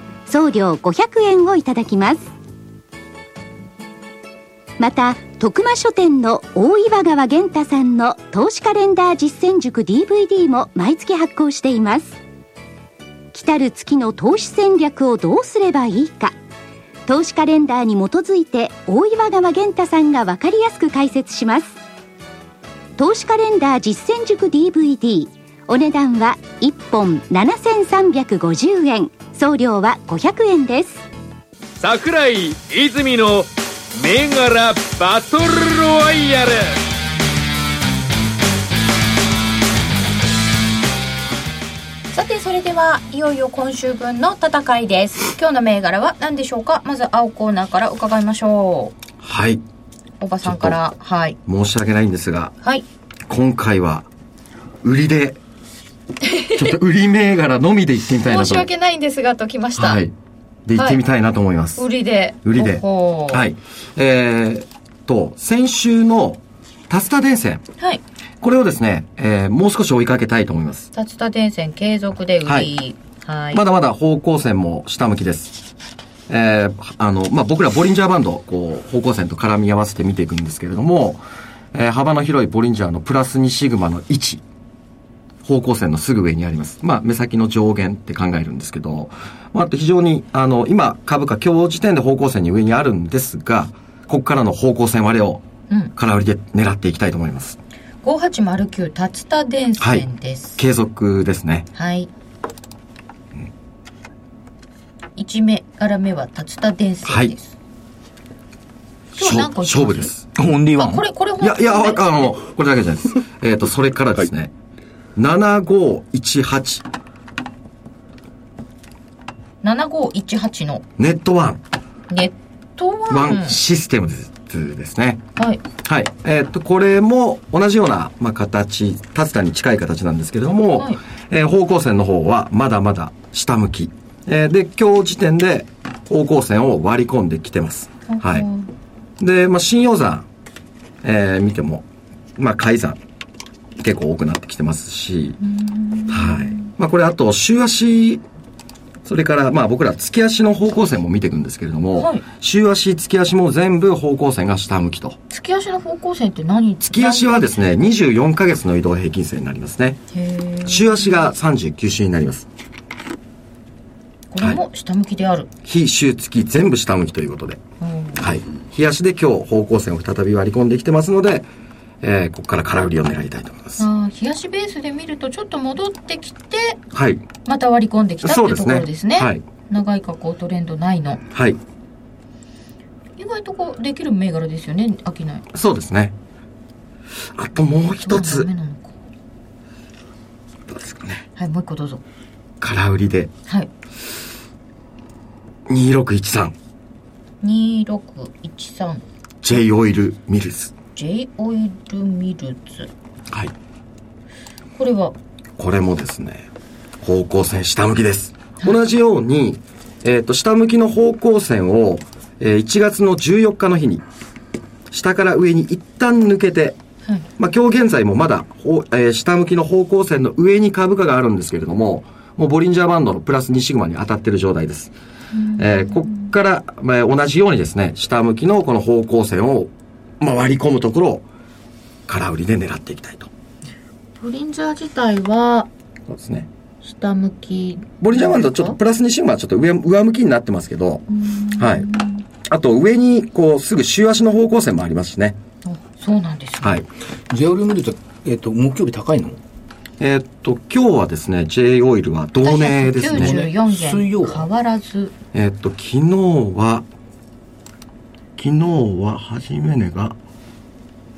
送料500円をいただきますまた徳間書店の大岩川源太さんの投資カレンダー実践塾 DVD も毎月発行しています来たる月の投資戦略をどうすればいいか投資カレンダーに基づいて大岩川源太さんが分かりやすく解説します投資カレンダー実践塾 DVD お値段は1本7350円送料は500円です
桜井泉の銘柄バトルロワイヤル
さてそれではいよいよ今週分の戦いです。今日の銘柄は何でしょうかまず青コーナーから伺いましょう。
はい。
おばさんから。はい。
申し訳ないんですが、
はい。
今回は、売 りで、ちょっと売り銘柄のみで行ってみたいな
申
と。
し訳ないんですがときました。
はい。で、行ってみたいなと思います。
売りで。
売りで
ほほ
はい。えー、と、先週の、タスタ電線。
はい。
これをですね、えーもう少し追いかけたいと思います。
竜田電線継続で売り。は
はいい。
はい
まだまだ方向線も下向きです。えーあの、まあ、僕らボリンジャーバンド、こう、方向線と絡み合わせて見ていくんですけれども、えー幅の広いボリンジャーのプラス2シグマの1、方向線のすぐ上にあります。まあ、目先の上限って考えるんですけど、まあ、あと非常に、あの、今、株価今日時点で方向線に上にあるんですが、ここからの方向線割れを
うん、
空売りで狙っていきたいと思います。
5809竜田電線です。
継続ですね。
はい。一目柄目は竜田電線です。今日
勝
何個いきます
勝負です。
オンリーワ
あ、こ
ン
れ、これ
い
本
や、
当
いや、
に
ああの、これだけじゃないです。 えっと、それからですね、7518、
7518の
ネットワン、
ネットワ
ワ
ン。
ンシステムズですね。
はい。
はい。えっ、と、これも同じような、まあ、形、タツタに近い形なんですけれども、
はい
えー方向線の方はまだまだ下向き。えーで、今日時点で方向線を割り込んできてます。はい。で、まあ、信用山、えー見ても、まあ、改ざん、結構多くなってきてますし、はい。まあ、これ、あと、週足、それから、まあ、僕ら、月足の方向線も見ていくんですけれども、
はい
週足、月足も全部方向線が下向きと。
月足の方向線って何
月足はですね、24ヶ月の移動平均線になりますね。
へー
週足が39週になります。
これも下向きである。
非週月全部下向きということで。
うん
はい。日足で今日方向線を再び割り込んできてますので、えー、ここから空売りを狙いたいと思います。
あー冷やしベースで見るとちょっと戻ってきて
はい。
また割り込んできたって
そう
いう
で
と
す
こ
ね
ろですね
はい
長い下降トレンドないの
はい。
意外とこうできる銘柄ですよね商い
そうですね。あともう一つ
ダメ、なのか
どうですかね。
はいもう一個どうぞ
空売りで、
はい
2613、
2613J
J オイルミルズ。
オイルミルズ
はい。
これは
これもですね、方向線下向きです。同じように、えっ、と、下向きの方向線を、えー1月の14日の日に、下から上に一旦抜けて、
はい
まあ、今日現在もまだ、ほえー下向きの方向線の上に株価があるんですけれども、もうボリンジャーバンドのプラス2シグマに当たってる状態です。えーこっから、まあ同じようにですね、下向きのこの方向線を、まあ、割り込むところを、空売りで狙っていきたいと。
ボリンジャー自体は
そうですね。
下向き
ボリンジャーバンドちょっとプラス2シグマはちょっと上上向きになってますけど、はい。あと上にこうすぐ週足の方向線もありますしね。
あそうなんですね
はい。
ジェオルミルズえっ、と、木曜日高いの
えーっと、今日はですね、J オイルは同盟ですね。
水曜
94円変わらず
えーっと、昨日は、昨日は、初め値が、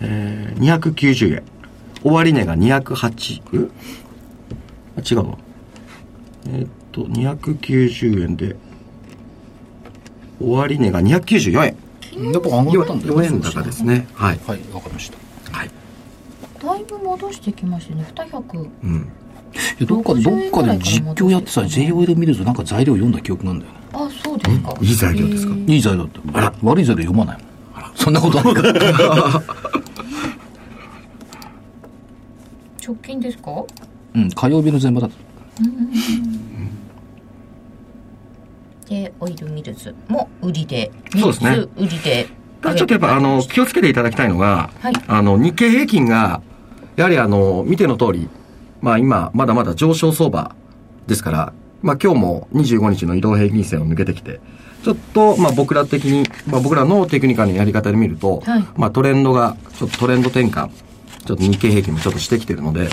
えー、290円。終値が208、えあ違うわ。えーっと、290円で、終値が294円。
やっぱ上がったんだよ
4円高ですね。はい。
はい、わかりました。
はい。
だいぶ戻してきましたね200
うん。
いやどっか、どっかで実況やってさ、J オイル見るとなんか材料読んだ記憶なんだよね。
あそうですか
いい材料ですか
えー
いい材料だって。悪い材料読まないもん。そんなことあるから。
直近ですか
うん、火曜日の前場だと。
でオイルミルズも売りで
そうですね
ミルズ売りで
ただちょっとやっぱあの気をつけていただきたいのが、
はい
あの日経平均がやはりあの見ての通り、まあ今まだまだ上昇相場ですから、まあ今日も25日の移動平均線を抜けてきて、ちょっとまあ僕ら的に、まあ僕らのテクニカルのやり方で見ると、
はい
まあトレンドがちょっとトレンド転換、ちょっと日経平均もちょっとしてきてるので、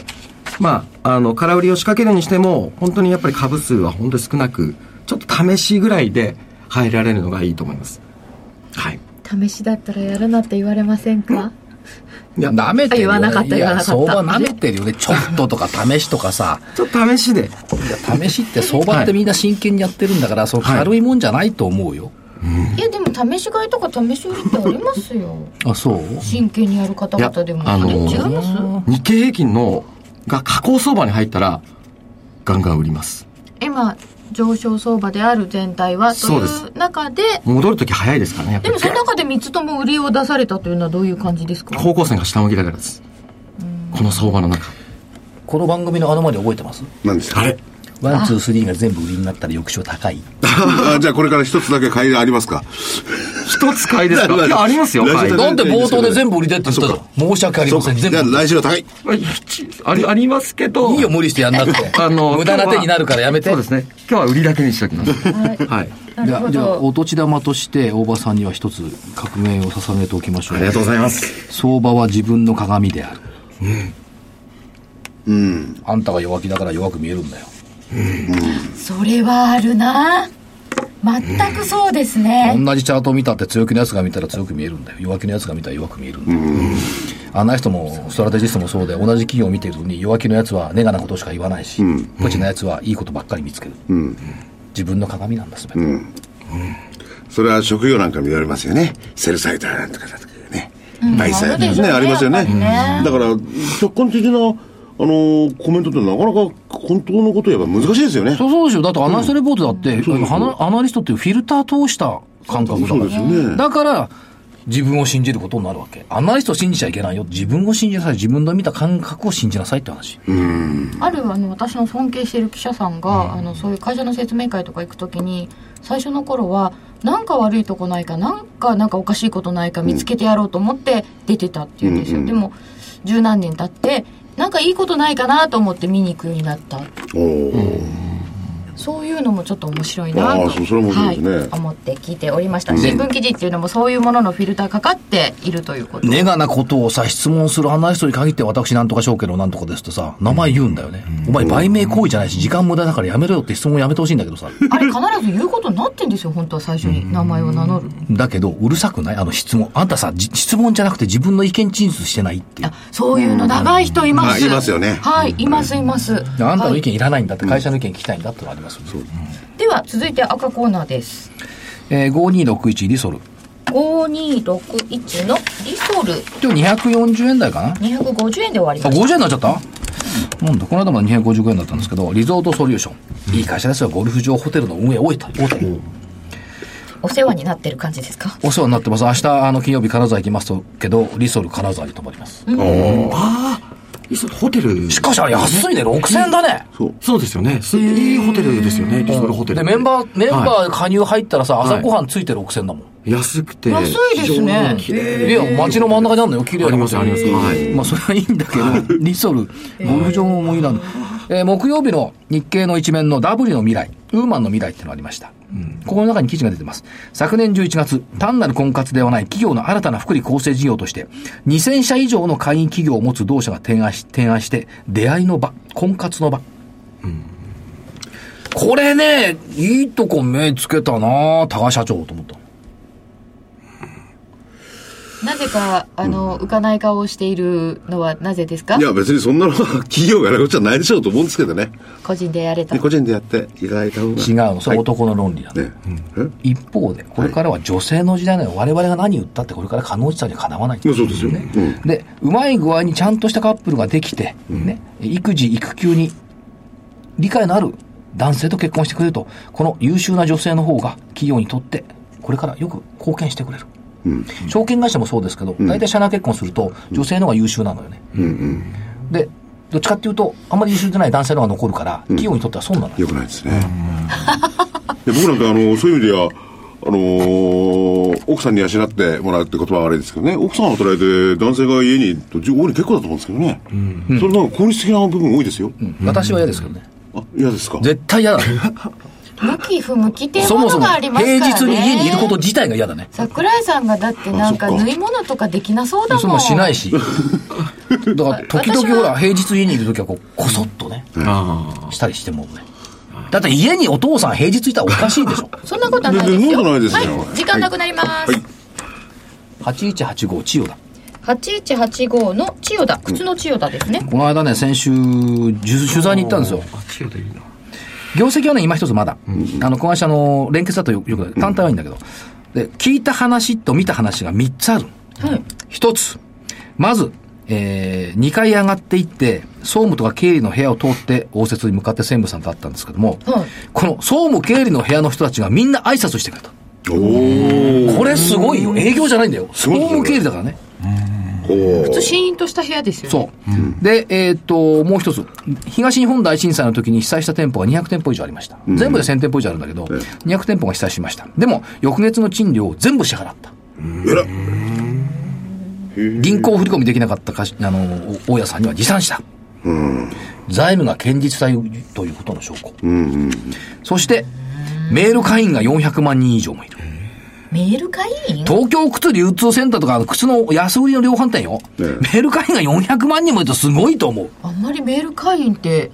まああの空売りを仕掛けるにしても本当にやっぱり株数は本当に少なく、ちょっと試しぐらいで入られるのがいいと思います。はい。
試しだったらやるなって言われませんか
いや、舐めてるよ、ね。
言わなかった
いや
言わなかった
相場舐めてるよね。ちょっととか試しとかさ。
ちょっと試しで。
いや、試しって相場ってみんな真剣にやってるんだから、そう軽いもんじゃないと思うよ。
いやでも試し買いとか試し売りってありますよ
あ、そう
真剣にやる方々でも
いやあのー
え違います
日経平均の、が下降相場に入ったら、ガンガン売ります。
今上昇相場である全体はと
そう
い
です
う中で
戻るとき早いですからね、やっぱ
で
り
もその中で3つとも売りを出されたというのはどういう感じですか
方向線が下向きだからです。この相場の中。
この番組のあのマリ覚えてます
何ですかあれ
ワン、ツー、スリーが全部売りになったら翌週高い。
じ ゃあこれから一つだけ買いありますか
一つ買いですか
なるほど
いや、ありますよ。
ラジオ
はい
タイム
なんで冒頭で全部売りだって言ったじ
あ
ゃ
そ
ん。申し訳ありません。
じ
全
ゃあ
部。
来週は高い
まあいやちあり、ありますけど。
いいよ、無理してやん なくて。
あの、
無駄な手になるからやめて。
そうですね。今日は売りだけにしておきます。はい。
な
じゃ
る
あ、
ほ
じゃあ、
ど
お土地玉として、大場さんには一つ革命を捧げておきましょう。
ありがとうございます。
相場は自分の鏡である。
うん
あんたが弱気だから弱く見えるんだよ。
それはあるな全くそうですね、
同じチャートを見たって強気のやつが見たら強く見えるんだよ。弱気のやつが見たら弱く見えるんだよ。あんな人も、ストラテジストもそうで、同じ企業を見てるのに弱気のやつはネガなことしか言わないし、ポチなやつはいいことばっかり見つける。
うん
自分の鏡なんだ、すべて。
うんそれは職業なんかも言われますよねセルサイダーなんとかだとかね売
あ
サ
るでしょうね
ねありますよね
やっぱりね
だから客観的なあのーコメントってなかなか本当のことやっぱ難しいですよね
そうそうですよ。だってアナリストレポートだって、
そうそうそう
アナアナリストっていうフィルター通した感覚だか
そう
ら。
ですよね
だから、自分を信じることになるわけ。アナリストを信じちゃいけないよ。自分を信じなさい。自分の見た感覚を信じなさいって話。
あるあの私の尊敬している記者さんが、あのそういう会社の説明会とか行くときに最初の頃はなんか悪いとこないかなんかなんかおかしいことないか見つけてやろうと思って出てたっていうんですよ、でも十何年経ってなんかいいことないかなと思って見に行くようになった
おお
そういうのもちょっと面白いな
あ
と
あそうそれは面白いですね
はい、思って聞いておりました新聞記事っていうのもそういうもののフィルターかかっているということ、
ネガなことをさ、質問するアナリストに限って私なんとか証券のなんとかですってさ、名前言うんだよね。お前売名行為じゃないし、時間無駄だからやめろよって質問をやめてほしいんだけどさ。
あれ必ず言うことになってんですよ本当は最初に名前を名乗る
だけど、うるさくないあの質問。あんたさ、じ質問じゃなくて自分の意見陳述してないっていう
あ。そういうの長い人います、
あいますよね
はいいますいます、
あんたの意
は
見いらないんだって、会社の意見聞きたいんだってのがありますよね。
いでは続いて赤コーナーです
えー、5261リソル。
5261のリソル
今日240円台かな
250円で終わり
あ、
まし
50
た
円になっちゃったなんだ、この間まで255円だったんですけど、リゾートソリューション。いい会社ですよ、ゴルフ場ホテルの運営大手。大手。
お世話になってる感じですか
お世話になってます。明日、あの、金曜日金沢行きますけど、リソル金沢に泊まります。
いっそホテル。
しかし、あれ安いね、6000円だね。
そう
そうですよね。すいいホテルですよね。リゾルホテル。
で、メンバー、メン
は
バー加入入ったらさ、
い
朝ごはんついてる6000円だもん。
い安くて。
安いですね
非常に綺麗
いや、街の真ん中にあるのよ、綺麗な
ありますありますはい
まあ、それはいいんだけど、リソル、ゴルフ場もいいなの。えー木曜日の日経の一面の W の未来、ウーマンの未来っていうのがありました。ここの中に記事が出てます。昨年11月、単なる婚活ではない企業の新たな福利厚生事業として、2000社以上の会員企業を持つ同社が提案し、提案して、出会いの場、婚活の場。これね、いいとこ目つけたな多賀社長と思った。
なぜか、あの、浮かない顔をしているのはなぜですか
いや、別にそんなのは 企業がやることじゃないでしょうと思うんですけどね。
個人でやれた
で。個人でやっていただいた方が。
違うの、それ男の論理なの。
ね。え
一方で、これからは女性の時代なので、我々が何言ったって、これから可能地帯にはかなわない。
まあそうですよ。うん。
で、うまい具合にちゃんとしたカップルができて、ね、育児、育休に理解のある男性と結婚してくれると、この優秀な女性の方が企業にとって、これからよく貢献してくれる。
うん。
証券会社もそうですけど、大体社内結婚すると、女性の方が優秀なのよね。
うん。うん。
で、どっちかっていうと、あんまり優秀でない男性の方が残るから、企業にとっては損なのよ。
よくないですね。 いや僕なんかあのそういう意味ではあのー奥さんに養ってもらうって言葉は悪いですけどね奥さんが働いて男性が家にいると自分結構だと思うんですけどね、それなんか効率的な部分多いですよ、
私は嫌ですけどね。
あ嫌ですか
絶対嫌だ。
向き不向きっていう
そ
も
もそ
の
も、
があり
平
ますからね
日に家にいること自体が嫌だね。
桜井さんがだってなん
あ
か
そっか
縫い物とかできなそうだもん
それもしない し。だから、時々ほら、平日家にいるときは、こう、こそっとね、
ああ。
したりしてもね。だって家にお父さん平日いたらおかしい でしょ。
そんなことはないです
全然そ
よ。
んなことないですよ
はい、時間なくなります。
はい
8185千代田。
8185の千代田、靴の千代田ですね。
この間ね、先週、じゅ取材に行ったんですよ。
あ、千代田いいな。
業績はね、今一つまだ。あの、子会社の連結だとよよく、単体はいいんだけど。で、聞いた話と見た話が3つある。一つ、まず、えー、2階上がっていって、総務とか経理の部屋を通って、応接に向かって専務さんと会ったんですけども、この総務経理の部屋の人たちがみんな挨拶してくれた。
おー
これすごいよ。営業じゃないんだよ。
す
総
ごいですね
務経理だからね。
おー
シーンとした部屋ですよね
そう。で、えーっと、もう一つ。東日本大震災の時に被災した店舗が200店舗以上ありました。全部で1000店舗以上あるんだけど、200店舗が被災しました。でも、翌月の賃料を全部支払った。
えらっ
銀行振り込みできなかったかしあの、お大家さんには持参した。財務が堅実だよということの証拠。
うんうん
そして、メール会員が400万人以上もいる。
メール会員
東京靴流通センターとか、あの靴の安売りの量販店よ。
ええ
メール会員が400万人もいるとすごいと思う。
あんまりメール会員って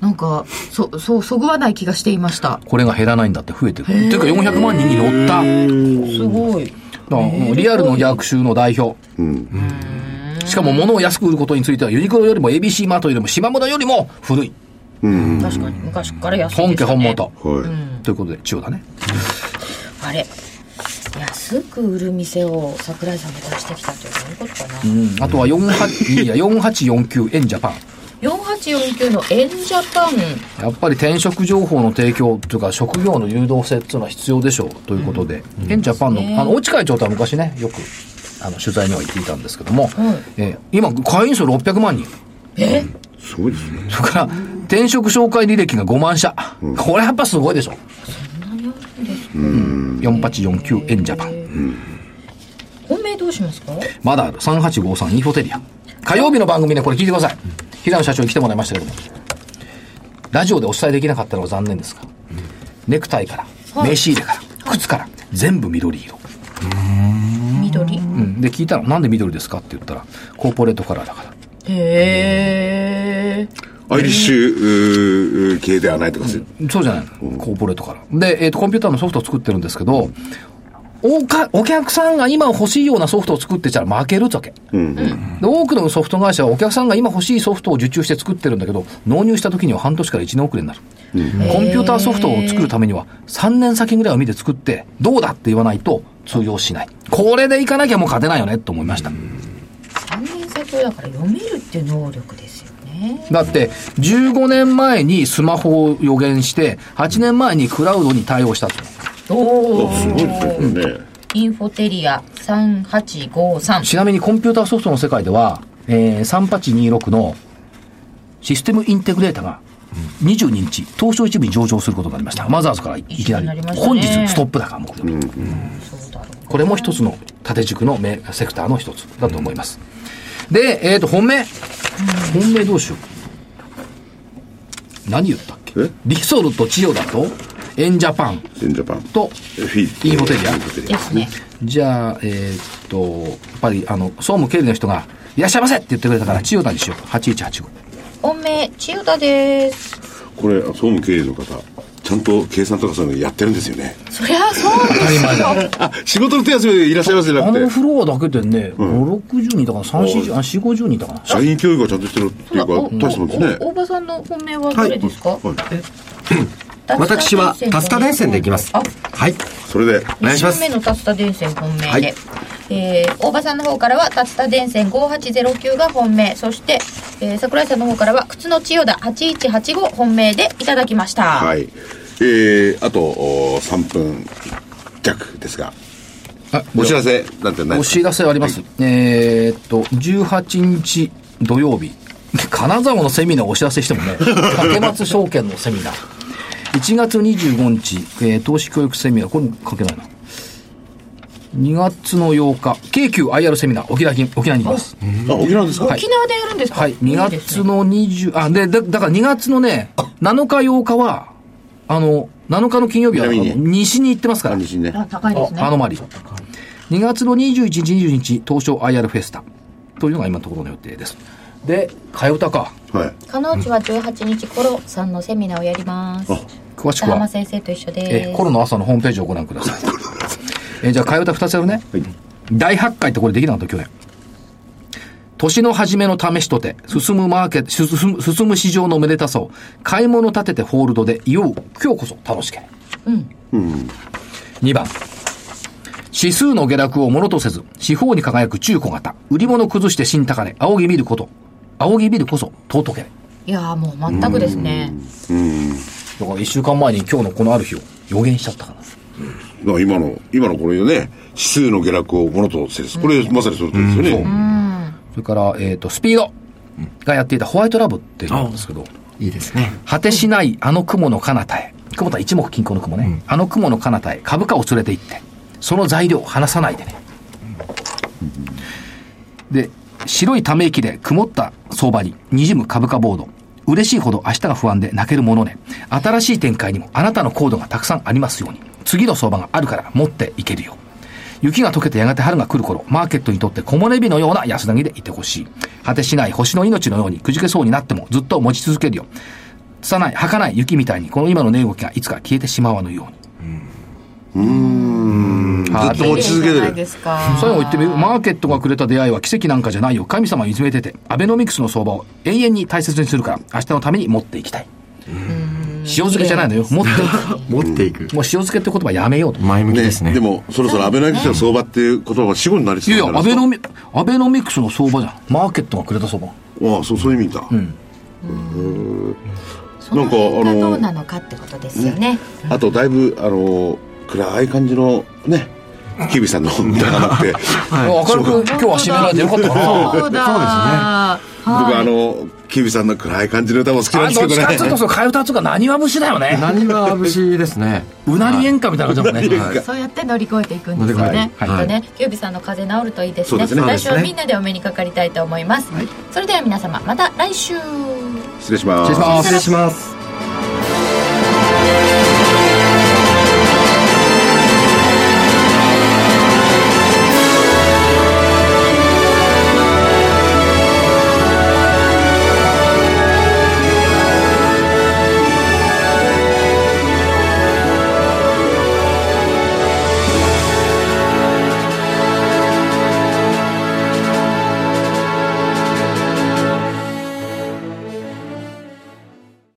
なんかそ そうそぐわない気がしていました
これが減らないんだって増えてる。ていうか400万人に乗った。
すごい。
だからもうリアルの逆襲の代表。しかも物を安く売ることについてはユニクロよりも ABC マートよりも島村よりも古い。
確かに昔から安い
本
で
家
す、ね。
本元。
はい、
ということで、千代田ね。
あれ。安く売る店を桜井さんが出してきたというのはどういうことかな。
うん。あとは48、いや、4849円ジャパン。
4849のエンジャパン。
やっぱり転職情報の提供というか職業の誘導性っていうのは必要でしょうということで、エンジャパンの,、あの大地会長とは昔ねよくあの取材には行っていたんですけども、えー今会員数600万人
すごいですね
それから転職紹介履歴が5万社、これやっぱすごいでしょうん4849エンジャパン、
本命どうしますか
まだある3853インフォテリア火曜日の番組ねこれ聞いてください平野社長に来てもらいましたけどもラジオでお伝えできなかったのが残念ですが、ネクタイから名刺入れから靴から全部緑色、
緑。
うん、で聞いたら「なんで緑ですか?」って言ったら「コーポレートカラーだから」
へえ。
アイリッシュうー系ではないとかする、
そうじゃないのコーポレートから。で、えっ、と、コンピューターのソフトを作ってるんですけど、おか、お客さんが今欲しいようなソフトを作ってちゃ負けるってわけ。で、多くのソフト会社はお客さんが今欲しいソフトを受注して作ってるんだけど、納入した時には半年から1年遅れになる。コンピューターソフトを作るためには、3年先ぐらいを見て作って、どうだって言わないと通用しない。これでいかなきゃもう勝てないよね、と思いました。
3年先をだから読めるって能力ですよね。
だって、15年前にスマホを予言して、8年前にクラウドに対応したと。
おお。
すごいですねこれね
インフォテリア3853。
ちなみにコンピューターソフトの世界では、えー、3826のシステムインテグレータが22日、東証一部に上場することになりました。マザーズからいきなり。
いきなりなりましたね
本日ストップ高もうこれ
そうだろう。
これも一つの縦軸のメセクターの一つだと思います。で、えっ、と、本命。本命どうしよう。何言ったっけ
え
リソルと千代田とエンジャパン
エンジャパン。
と
えフィー
インホテリア
インホテリアですね。
じゃあえーっとやっぱりあの総務経理の人が「いらっしゃいませ!」って言ってくれたから千代田にしよう8185
本命千代田です
これ、総務経営の方、ちゃんと計算とかそういうのやってるんですよね。
そりゃそうですよ
あ、仕事の手休めでいらっしゃいますじゃ
あの
なくて、
フロアだけでね、
ん
5 60人だから3 4 4 5 0人だから
社員教育がちゃんとしてるっていうか、
お
大したもんですね。
お大場さんの本命はどれですか、
はい。
私は竜田電線でいきます
あ
はい
それで、
お願いしま
2
す
週目の竜田電線本命で、
はい
えー大場さんの方からは竜田電線5809が本命そして、えー桜井さんの方からは靴の千代田8185本命でいただきました、
はい。えー、あと、お3分弱ですが、
あ
お知らせなんてない
お
ですか
知らせあります。えーっと、18日土曜日、金沢のセミナーをお知らせしても ね、竹松証券のセミナー。1月25日、えー投資教育セミナー、これも関係ないな。2月の8日、京急 IR セミナー、沖縄に、沖縄にいます。
あ、沖縄ですか、
はい
沖縄でやるんですか
はい、2
いいです
月
ね
の20、あ、で、だだから2月のね、7日8日は、あの、7日の金曜日は、あの
南に
西に行ってますから
あ、。西にね。
あ高いですね
あのまり。2月の21日、22日、東証 IR フェスタ。というのが今のところの予定です。で、替え歌か。
はい。
金内は18日頃さんのセミナーをやります
あ
詳し
北
く
浜
は、
先生と一緒です
え、コロの朝のホームページをご覧ください。えじゃあ、替え歌2つやるね。
はい。
大発会ってこれできなかった、去年。年の初めの試しとて、進むマーケット、進む、進む市場のめでたそう。買い物立ててホールドで、いよう、今日こそ楽しけ。
うん。
2番。指数の下落をものとせず、四方に輝く中古型、売り物崩して新高値、仰ぎ見ること、仰ぎ見るこそ尊けれ。
いやーもう全くですね
だから一週間前に今日のこのある日を予言しちゃったかな。
だから今の、今のこれね、指数の下落をものとせず、これまさにそれですよね。
それから、えっ、と、スピードがやっていたホワイトラブっていうのなんですけど、
いいですね
果てしないあの雲の彼方へ、雲とは一目均衡の雲ね、あの雲の彼方へ株価を連れて行って、その材料を離さないでね。で、白いため息で曇った相場に滲む株価ボード。嬉しいほど明日が不安で泣けるものね。新しい展開にもあなたのコードがたくさんありますように。次の相場があるから持っていけるよ。雪が溶けてやがて春が来る頃、マーケットにとって木漏れ日のような安らぎでいてほしい。果てしない星の命のようにくじけそうになってもずっと持ち続けるよ。拙い、儚い雪みたいに、この今の値動きがいつか消えてしまわぬように。うーん。
ずっと持ち続けて
ない
る。
ですか
最後言ってみる。マーケットがくれた出会いは奇跡なんかじゃないよ。神様を見つめてて、アベノミクスの相場を永遠に大切にするから、明日のために持っていきたい。塩漬けじゃないのよ。持っていく。
持っていく
もう塩漬けって言葉やめようと。
前向きですね
でも、そろそろ安倍内閣の相場っていう言葉が死語になり
い
つ
やい
つ
や、
ある
アベノミ、アベノミクスの相場じゃん。マーケットがくれた相場。
ああ、そう、そういう意味だ。
ん
その辺がどうなのかってことですよね
あと、だいぶ、あの、暗い感じの、ね、キビさんの歌がなくて、僕
明るく今日は締められてよか ったかな。
そうだ
あの、キビさんの暗い感じの歌も好きなん
あ
です
ど
け
っちかっていう
ど
と、
ね。
そう、替え歌っつうか、何は節だよね。
何が節ですね
うなり演歌みたいな感じだもんね。
そうやって乗り越えていくんですよね
またね、キュービさんの風邪治るといいです
そう
ね
ですね
来週はみんなでお目にかかりたいと思います、それでは皆様また来週
失礼します。
失礼します。
失礼します